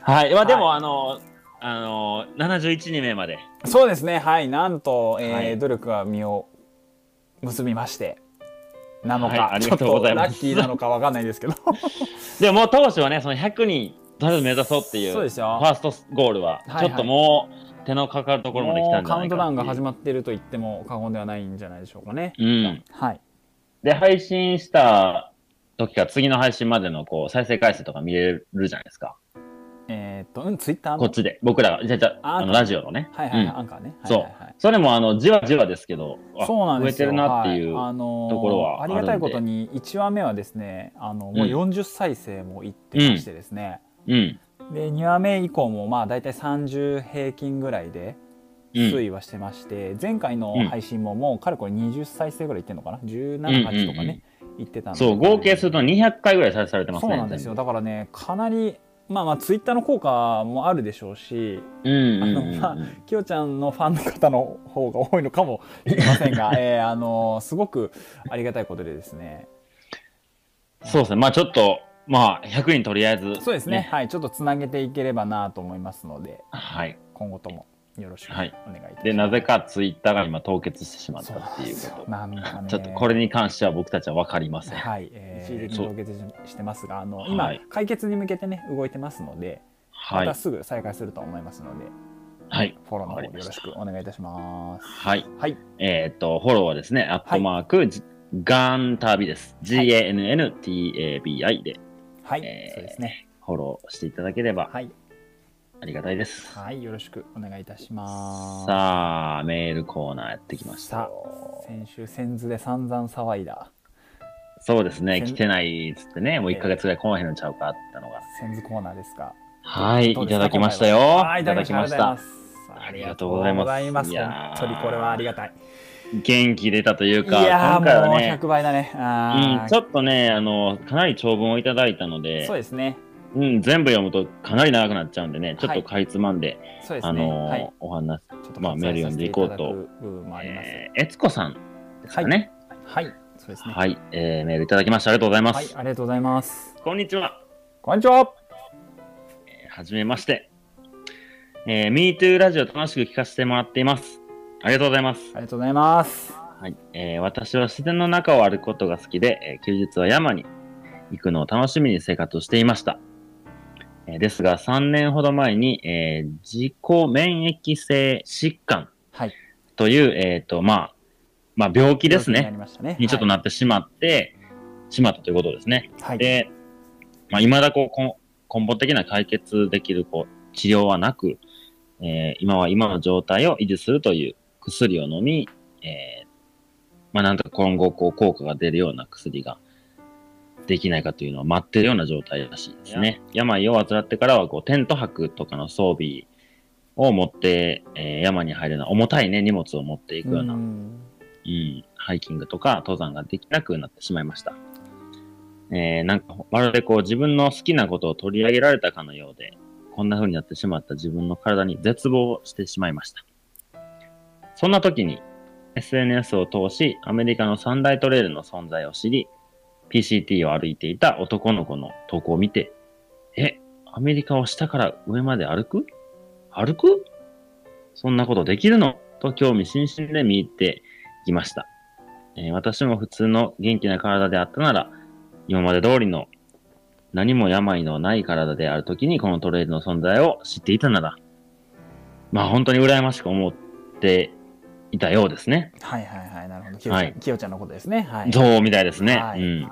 A: はい。まあでも、
B: は
A: あの、あの、71名まで。
B: そうですねはいなんと、えー
A: はい
B: 努力が実を結びましてなのか、
A: はいあり
B: ちょ
A: が
B: っ
A: とうご
B: と
A: ざいま
B: ラ
A: す
B: ッキーなのかわかんないですけど
A: でももう当初はね、その100人、とりあえず 目指そうっていう、
B: そうですよ
A: ファーストゴールは、
B: いはい
A: ちょっともう、手のかかるところまで来たんじ
B: カ
A: ゃ
B: ウ
A: な
B: ン
A: い
B: ト
A: か
B: ダウンが始
A: ま
B: まっていると言っても過言ではないんじゃないでしょうかね
A: うん。
B: はい
A: で、配信した時から次の配信までの、こう、再生回数とか見れるじゃないですか。
B: えーっとうんツイッター
A: こっ
B: の
A: ちで。僕らが、じゃあじゃあ、
B: あ
A: あの、ラジオのね。
B: はいはいはい、
A: うん
B: アンカーね、はい
A: そう
B: はいはい
A: それもあのじわじわですけど、あ
B: そうなんですよ
A: 増えてるなっていう。
B: はあのー
A: ところは
B: あ
A: ある
B: り
A: んで
B: がたいことに1話目はですねあのもううん40再生もいってましてですね、
A: うん。
B: で2話目以降もまあ大体30平均ぐらいで
A: うん
B: 推移はしてまして、前回の配信ももうかれこれ20再生ぐらいいってんのかな178とかね、いってたんで
A: そう、合計すると200回ぐらい再生されてます
B: そう
A: ね。
B: なんですよだからねかなりまあまあツイッターの効果もあるでしょうし
A: 全部。うんうんう
B: あの
A: ん
B: まあきよちゃんのファンの方の方が多いのかもしれません が、えーあのすごくありがたいことでですね
A: そうですね。まあちょっと、まあ100人とりあえず、
B: そうですね。はいちょっとつなげていければなと思いますので
A: はい。
B: 今後ともよろしくお
A: は
B: 願いい
A: い
B: たします、
A: で、なぜかツイッターが今凍結してしまっ
B: そ
A: た
B: うな
A: っ
B: ん
A: てい
B: で
A: う
B: すよ
A: こ
B: なんか
A: と。
B: ね
A: ちょっとこれに関しては僕たちは分かりません。は
B: はい、えー、一
A: そう
B: 時凍結してますがあの今、
A: はい
B: 解決に向けてね動いてますのでまた
A: い。
B: すぐ再開すると思いますので、
A: はい。
B: フォローの方
A: わか
B: よ
A: りま
B: ろ
A: した
B: しくお願いいたします
A: はい。
B: はい
A: えーっと、フォローはですね、アットマーク、じガンタビです。G-A-N-N-T-A-B-I で
B: はい、
A: えー
B: そうですね
A: フォローしていただければ
B: はい
A: ありがたいです。
B: はいよろしくお願いいたします
A: さあ、メールコーナーやってきました
B: さ。先週先ズで散々騒いだ
A: そうですね、
B: 先
A: 来てないっつってね、もう
B: ええ
A: 1ヶ月ぐらい来へんのちゃうかあったのが。
B: 先ズコーナーですが
A: はい、い
B: どうで
A: た
B: すか
A: だきました
B: 今
A: よ
B: 回は。はいいただきまし
A: い
B: た
A: た
B: あ
A: だきまし
B: りがとうございます
A: ありがとうございます
B: 本当にこれはありがたい
A: た元気出たという
B: い
A: か、
B: やー
A: 今回は
B: もう
A: ね
B: 100、倍だねあ
A: うん、
B: ー
A: ちょっとね、あの、かなり長文をいただいたので
B: そう、ですね
A: うん、全部読むとかなり長くなっちゃうんでね、ちょっとかいつまんで、
B: そうですね
A: あのー
B: はい
A: お話、
B: ちょっと
A: まあメール読んでいこうと
B: 割愛させていただく部分もあります、
A: えー、えつこさんですかね。
B: はいそうですね
A: はい、えーメールいただきましてありがとうございま
B: はい
A: す。
B: ありがとうございます
A: こんにちは。
B: こんにちは
A: はじめまして。えー、MeToo ラジオ楽しく聞かせてもらっています。ありがとうございます。
B: ありがとうございます
A: はいえー私は自然の中を歩くことが好きで、えー休日は山に行くのを楽しみに生活をしていました。えーですが、3年ほど前に、えー自己免疫性疾患
B: はい。
A: という、えっ、と、まあ、まあ、病気です
B: 病
A: ね
B: 気になり。ましたね。
A: にちょっとなってしまって、しまったということですね。
B: はい。はい。
A: で、まあ、未だこうこん根本的な解決できるこう治療はなく、えー今は今の状態を維持するという薬を飲み、えーまあ、なんとか今後こう効果が出るような薬ができないかというのを待ってるような状態らしいですね。病を患ってからはこうテント泊とかの装備を持って、えー山に入るような重たい、ね、荷物を持っていくような
B: うん
A: うん、ハイキングとか登山ができなくなってしまいました。えーなんか、まるでこう自分の好きなことを取り上げられたかのようで、こんな風になってしまった自分の体に絶望してしまいました。そんな時に、SNS を通し、アメリカの三大トレイルの存在を知り、PCT を歩いていた男の子の投稿を見て、え、アメリカを下から上まで歩く歩くそんなことできるのと興味津々で見入ってきました、えー私も普通の元気な体であったなら、今まで通りの何も病のない体であるときにこのトレイルの存在を知っていたなら、まあ本当に羨ましく思っていたようですね。
B: はいはいはい。なるほど。きよ
A: は
B: ちゃ
A: い
B: んきよちゃんのことですね。はい。
A: そうみたいですね。
B: はい
A: うん、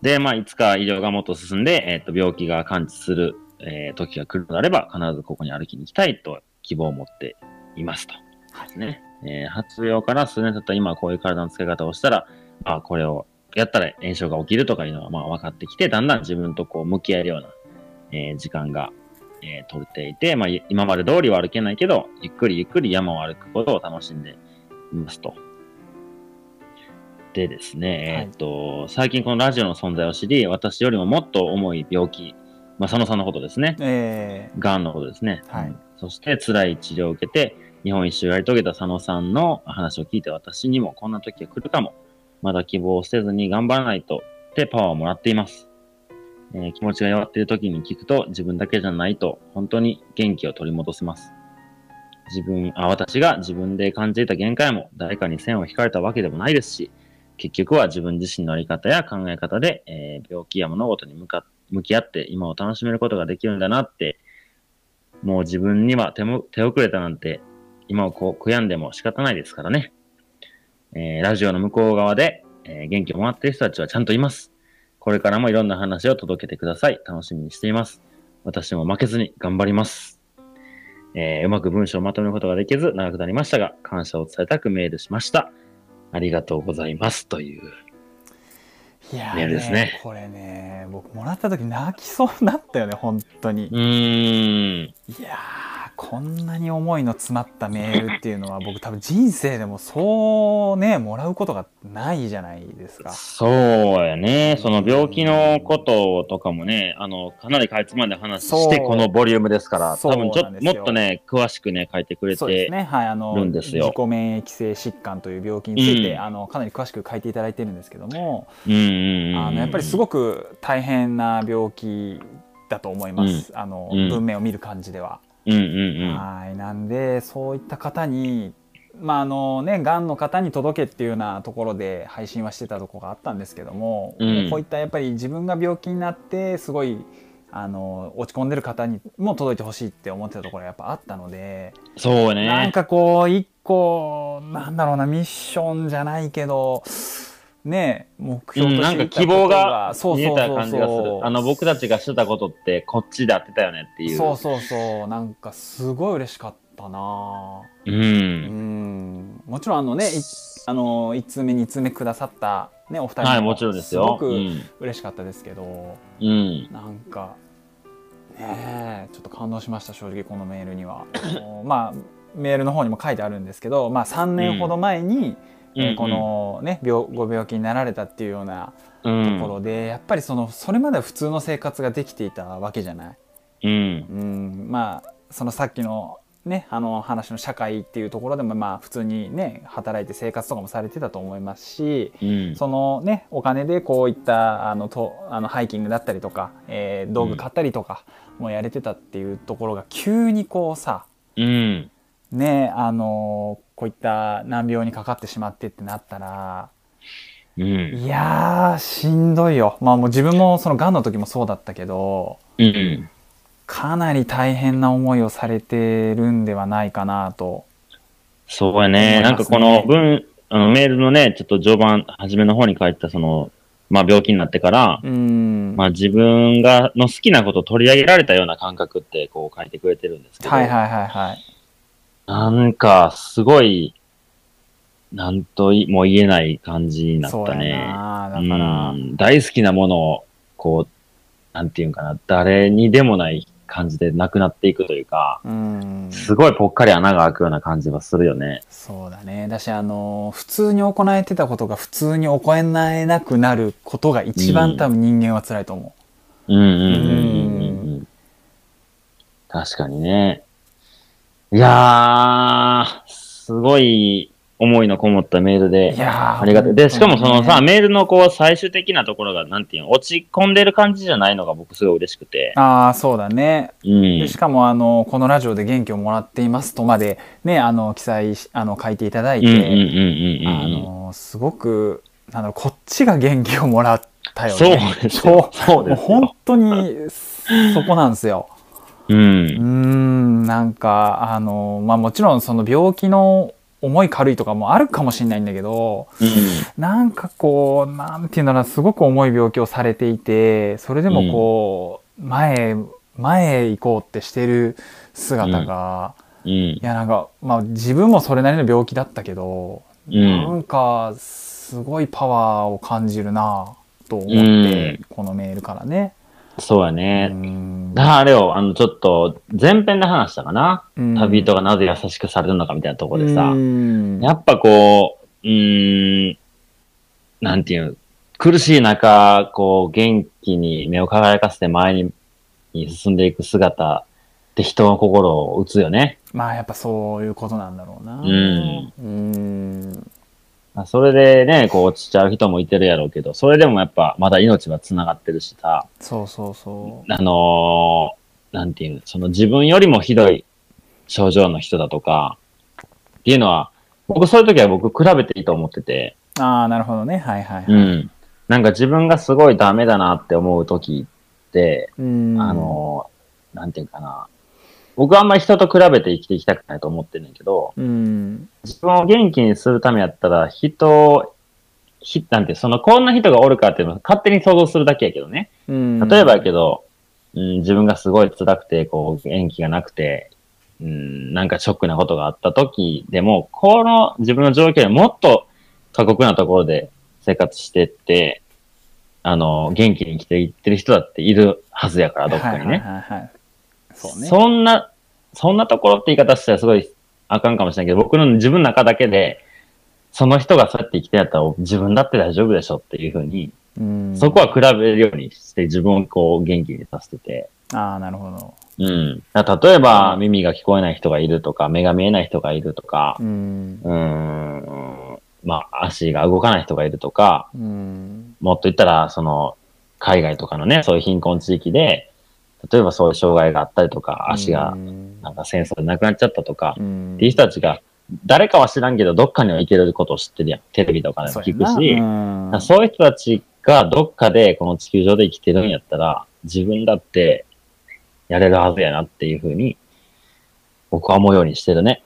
A: で、まあいつか医療がもっと進んで、えっと病気が完治する、えー時が来るのであれば、必ずここに歩きに行きたいと希望を持っていますと。
B: はい
A: ね。えー発病から数年経った今、こういう体の使い方をしたら、あこれをやったら炎症が起きるとかいうのはまあ分かってきて、だんだん自分とこう向き合えるような、えー時間が、えー取れていて、まあ、い今まで通りは歩けないけど、ゆっくりゆっくり山を歩くことを楽しんでいますと。でですね、
B: はい
A: えーっと、最近このラジオの存在を知り、私よりももっと重い病気、まあ、佐野さんのことですね。
B: え
A: がんのことですね。
B: はい
A: そして辛い治療を受けて、日本一周やり遂げた佐野さんの話を聞いて、私にもこんな時が来るかも。まだ希望を捨てずに頑張らないとってパワーをもらっています。えー気持ちが弱っている時に聞くと、自分だけじゃないと、本当に元気を取り戻せます。自分、あ、私が自分で感じていた限界も、誰かに線を引かれたわけでもないですし、結局は自分自身のあり方や考え方で、えー病気や物事に向か向き合って今を楽しめることができるんだなって、もう自分には手も手遅れたなんて、今をこう悔やんでも仕方ないですからね。えーラジオの向こう側で、えー元気をもらっている人たちはちゃんといます。これからもいろんな話を届けてください。楽しみにしています。私も負けずに頑張ります。えーうまく文章をまとめることができず長くなりましたが、感謝を伝えたくメールしました。ありがとうございます。という。
B: ーいやー
A: メールですね
B: これね、僕もらった時泣きそうになったよね、本当に。
A: うーん。
B: いやーこんなに思いの詰まったメールっていうのは僕多分人生でもそうねもらうことがないじゃないですか。
A: そうやね。その病気のこととかもね、あの、かなりかいつまんで話して、
B: そう
A: このボリュームですから、
B: そう
A: 多分ち
B: な
A: ょ
B: んです
A: も
B: よ
A: っとね、詳しくね、書いてくれ
B: そうです
A: て、
B: ね、はい、あの
A: るんで
B: 自
A: すよ
B: 己免疫性疾患という病気について、
A: うん
B: あのかなり詳しく書いていただいてるんですけども、
A: うんうんうん。
B: あのやっぱりす
A: い。
B: ごく大変な病気だと思います、あの
A: うん
B: 文面を見る感じでは。
A: うんうん
B: はいなんでそういった方にまああのねがんの方に届けっていうようなところで配信はしてたとこがあったんですけども、
A: うん
B: こういったやっぱり自分が病気になってすごいあの落ち込んでる方にも届いてほしいって思ってたところがやっぱあったので、
A: うん。そう
B: なん
A: ね。
B: かこう一個なんだろうなミッションじゃないけどね目
A: う
B: 標
A: ん、
B: と
A: な
B: し
A: んか
B: ていた
A: 希
B: こ
A: 望
B: と
A: が
B: がそう
A: 見え
B: そう
A: た
B: そう
A: 感じがす
B: そう
A: る。あの、僕たちがしてたことって、こっちで合ってたよねっていう。
B: そうそうそうなんかすごい嬉しかったな
A: う。
B: うんんもちろんあのねいあの1通目2通目くださった、ね、お二人
A: はい、もちろんですよ。
B: すご
A: う
B: く
A: ん。
B: 嬉しかったですけど、
A: うん。
B: なんかねえちょっと感動しました正直このメールにはあのまあメールの方にも書いてあるんですけど、まあ、3年ほど前に、え
A: う
B: ー
A: ん
B: この、ね、病ご病気になられたっていうような
A: う
B: と
A: ん
B: ころで、やっぱりそのそれまでは普通の生活ができていたわけじゃな
A: う
B: い。
A: ん。
B: うん、まあそのさっきのねあの話の社会っていうところでもまあ普通にね働いて生活とかもされてたと思いますし、
A: うん。
B: そのねお金でこういったあのとあのハイキングだったりとか、えー道具買ったりとかもやれてたっていうところが急にこうさ
A: うん。
B: ねあのこういった難病にかかってしまってってなったら
A: うん。
B: いやーしんどいよまあもう自分もそのがんの時もそうだったけど
A: うん。
B: かなり大変な思いをされてるんではないかなと。
A: そうや
B: 思いますね
A: ね。なんかこの文、あのメールのね、ちょっと序盤、初めの方に書いてた、その、まあ病気になってから
B: う、ん。
A: まあ自分が、の好きなことを取り上げられたような感覚ってこう書いてくれてるんですけど、
B: はいはいはいはい。
A: なんかすごい、なんといも言えない感じになっ
B: そう
A: た
B: や
A: ね。
B: な。だ
A: う
B: から、
A: ん、大好きなものを、こう、なんていうんかな、誰にでもない感じでなくなっていくというか、
B: うん。
A: すごいぽっかり穴が開くような感じはするよね。
B: そうだね。だし、あの、普通に行えてたことが普通に行えなくなることが一番多分人間は辛いと思う。
A: うんうんうんうんうんうん。確かにね。いやー、すごい思いのこもったメールで
B: い、やー
A: ありがたい。で、しかもその
B: 本当
A: さ、
B: にね
A: メールのこう最終的なところが、なんていうの、落ち込んでる感じじゃないのが僕すごい嬉しくて。
B: ああ、そうだね。
A: うん
B: で。しかもあのこのラジオで元気をもらっていますとまでねあの記載しあの書いていただい
A: うんうんうん
B: て、
A: うんうん
B: あのすごくなんだろうこっちが元気をもらったよ
A: そう
B: ね。
A: ですよ。そう
B: もう
A: ですよ
B: 本。当に そこなんですよ。
A: う
B: うんー。んなんかあのまあもちろんその病気の重い軽いとかもあるかもしれないんだけど
A: うん
B: なんかこうなんていうんだろうなすごく重い病気をされていてそれでもこう、前前へ行こうってしてる姿が、
A: うん
B: い。やなんかまあ自分もそれなりの病気だったけど、
A: う。
B: なんんかすごいパワーを感じるなと思って、
A: うん
B: このメールからね。
A: そうや
B: う
A: ね。
B: ん
A: だからあれを、あの、ちょっと、前編で話したかな。旅人がなぜ優しくされるのかみたいなところでさ
B: う、ん
A: やっぱこう、うーん、なんていう、苦しい中、こう、元気に目を輝かせて前にに進んでいく姿って人の心を打つよね。
B: まあやっぱそういうことなんだろうな。
A: ん
B: うん
A: まあそれでね、こう落ちちゃう人もいてるやろうけど、それでもやっぱまだ命は繋がってるしさ、
B: そうそうそ
A: あのーなんていう、その自分よりもひどい症状の人だとか、っていうのは、僕そういう時は僕比べていいと思ってて、
B: う。ああなるほどねはいはいはい。
A: うん。なんか自分がすごいダメだなって思う時って、
B: うん
A: あの、なんていうかな。僕はあんまり人と比べて生きていきたくないと思ってるんだけど、
B: うん
A: 自分を元気にするためやったら、人を、ひ、なんて、その、こんな人がおるかっていうのを勝手に想像するだけやけどね。
B: うん
A: 例えばやけど、うん、自分がすごい辛くて、こう、元気がなくて、うん、なんかショックなことがあった時でも、この自分の状況よりもっと過酷なところで生活してって、あの、元気に生きていってる人だっているはずやから、どっかにね。
B: はいはいはいはい、そうね。
A: そんな、そんなところって言い方したらすごいあかんかもしれないけど、僕の自分の中だけで、その人がそうやって生きてやったら自分だって大丈夫でしょっていうふうに、
B: うん
A: そこは比べるようにして自分をこう元気にさせてて、
B: ああなるほど。
A: うん。だから例えば、耳が聞こえない人がいるとか、目が見えない人がいるとか
B: う、ん
A: うーん、まあ、足が動かない人がいるとか、
B: うん
A: もっと言ったら、その、海外とかのね、そういう貧困地域で、例えばそういう障害があったりとか、足が
B: う、ん
A: なんか戦争でなくなっちゃったとか、
B: うん
A: っていう人たちが、誰かは知らんけど、どっかには行けることを知ってるやん。テレビとかで
B: そ
A: も
B: うや
A: 聞く
B: な
A: し、
B: うん
A: そういう人たちがどっかでこの地球上で生きてるんやったら、自分だってやれるはずやなっていうふうに、僕は思うようにしてるね。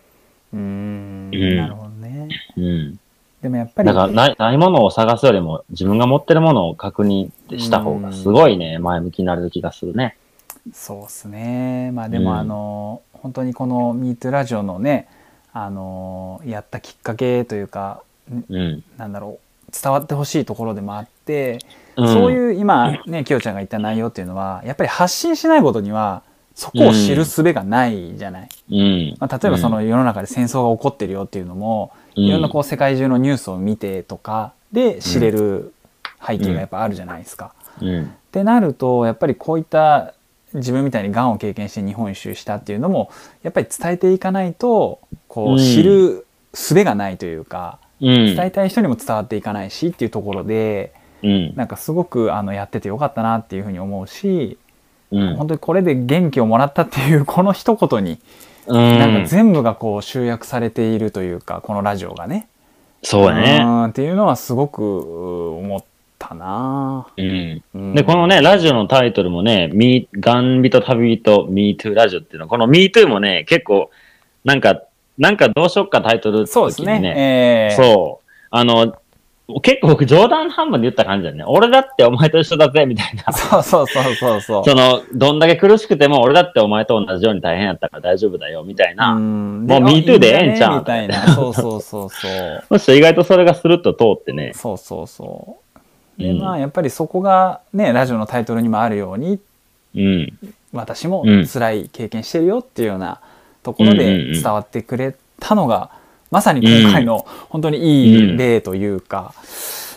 B: うん
A: うん
B: なるほどね。
A: うん。
B: でもやっぱ
A: だ
B: り
A: からない、ないものを探すよりも、自分が持ってるものを確認した方が、すごいね、前向きになれる気がするね。
B: そうですね。まあで
A: う
B: も
A: ん
B: あの、本当にこの MeToo ラジオのねあのやったきっかけというか
A: うん。
B: なんだろう伝わってほしいところでもあって、
A: うん、
B: そういう今ねきよちゃんが言った内容っていうのはやっぱり発信しないことにはそこを知る術がないじゃない。
A: うん、
B: まあ、例えばその世の中で戦争が起こってるよっていうのも、
A: うん、
B: いろんなこう世界中のニュースを見てとかで知れる背景がやっぱあるじゃないですか。
A: うん、うん、
B: ってなるとやっぱりこういった自分みたいにがんを経験して日本一周したっていうのもやっぱり伝えていかないとこ
A: う
B: うん知る術がないというか、
A: うん、
B: 伝えたい人にも伝わっていかないしっていうところで
A: うん、
B: なんかすごくあのやっててよかったなっていうふうに思うし
A: うん、
B: 本当にこれで元気をもらったっていう この一言になんか全部がこう集約されているというかこのラジオがね
A: そうや
B: う
A: ね。
B: んっていうのはすごくう思っかな、
A: うん。
B: うん
A: で、このね、ラジオのタイトルもね、み、ガンビと旅人、ミートゥーラジオっていうのは、このミートゥーもね、結構、なんか、なんかどうしよっかタイトルって
B: そうです
A: 時に
B: ね
A: ね。
B: えー
A: そう。あの、結構僕冗談半分で言った感じだよね。俺だってお前と一緒だぜ、みたいな。
B: そうそうそうそうそう
A: その、どんだけ苦しくても、俺だってお前と同じように大変やったから大丈夫だよ、みたいな。
B: ん
A: もう
B: あ
A: Me Too でええんちゃうん
B: いいだねみたいな。そうそうそうそう。
A: そして意外とそれがスルッと通ってね。
B: そうそうそう。
A: う
B: で、
A: ん
B: まあ、やっぱりそこがね、ラジオのタイトルにもあるように、
A: うん。
B: 私も
A: うん
B: 辛い経験してるよっていうようなところ
A: うんうんう
B: で
A: ん
B: 伝わってくれたのが、まさに今回の本当にいい例というか、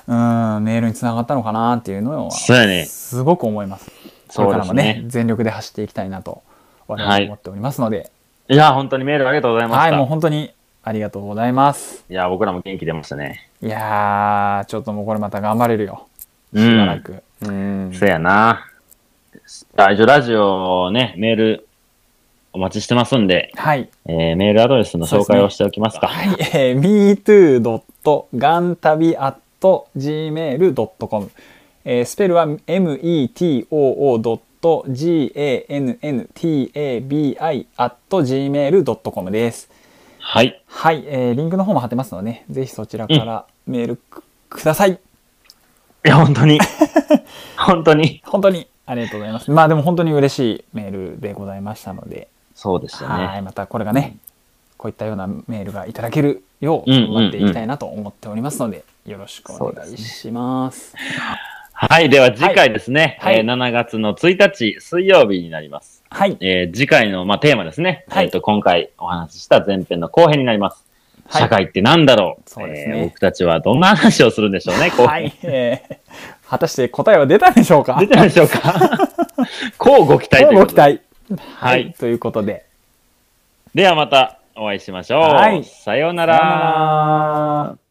B: うん、メールにつながったのかなっていうのは、
A: そうやね。
B: すごく思います。これからも
A: そうで
B: ね
A: す、ね
B: 全力で走っていきたいなと、我々は思っておりますので、
A: いや、本当にメールありがとうございまし
B: はい、
A: た。
B: もう本当にありがとうございます。
A: いや、僕らも元気出ましたね。
B: いやー、ちょっともうこれまた頑張れるよ。
A: うん
B: しばらく。うん
A: せやな。ラジオラジオね、メールお待ちしてますんで、
B: はい。
A: えーメールアドレスの紹介をしておきますか。
B: はい。えー、metoo.gantabi.gmail.com。えー、スペルは metoo.ganntabi.gmail.com です。
A: はい。
B: はい、えー、リンクの方も貼ってますので、ね、ぜひそちらからメールく,、ください。
A: いや、本当 に。本当に。
B: 本当にありがとうございます。まあでも本当に嬉しいメールでございましたので、
A: そうでした
B: は
A: ね。
B: い、またこれがね、こういったようなメールがいただけるよう頑張っていきたいなと思っておりますので、よろしくお願いします。
A: はい。では次回ですね、
B: はい
A: えー7月の1日水曜日になります。
B: はい、
A: えー次回の、まあ、テーマですね。
B: はい
A: えっ、と、今回お話しした前編の後編になります。
B: はい
A: 社会って何だろう
B: そうですね
A: えー僕たちはどんな話をするんでしょうね、後
B: は
A: 編。
B: い、えー果たして答えは出たんでしょうか
A: 出てないでしょう かこうご期待という
B: ご
A: こと
B: 期
A: で。
B: 待。
A: はい
B: ということで。
A: ではまたお会いしましょう。
B: はい
A: さような
B: さよう
A: ら。
B: なら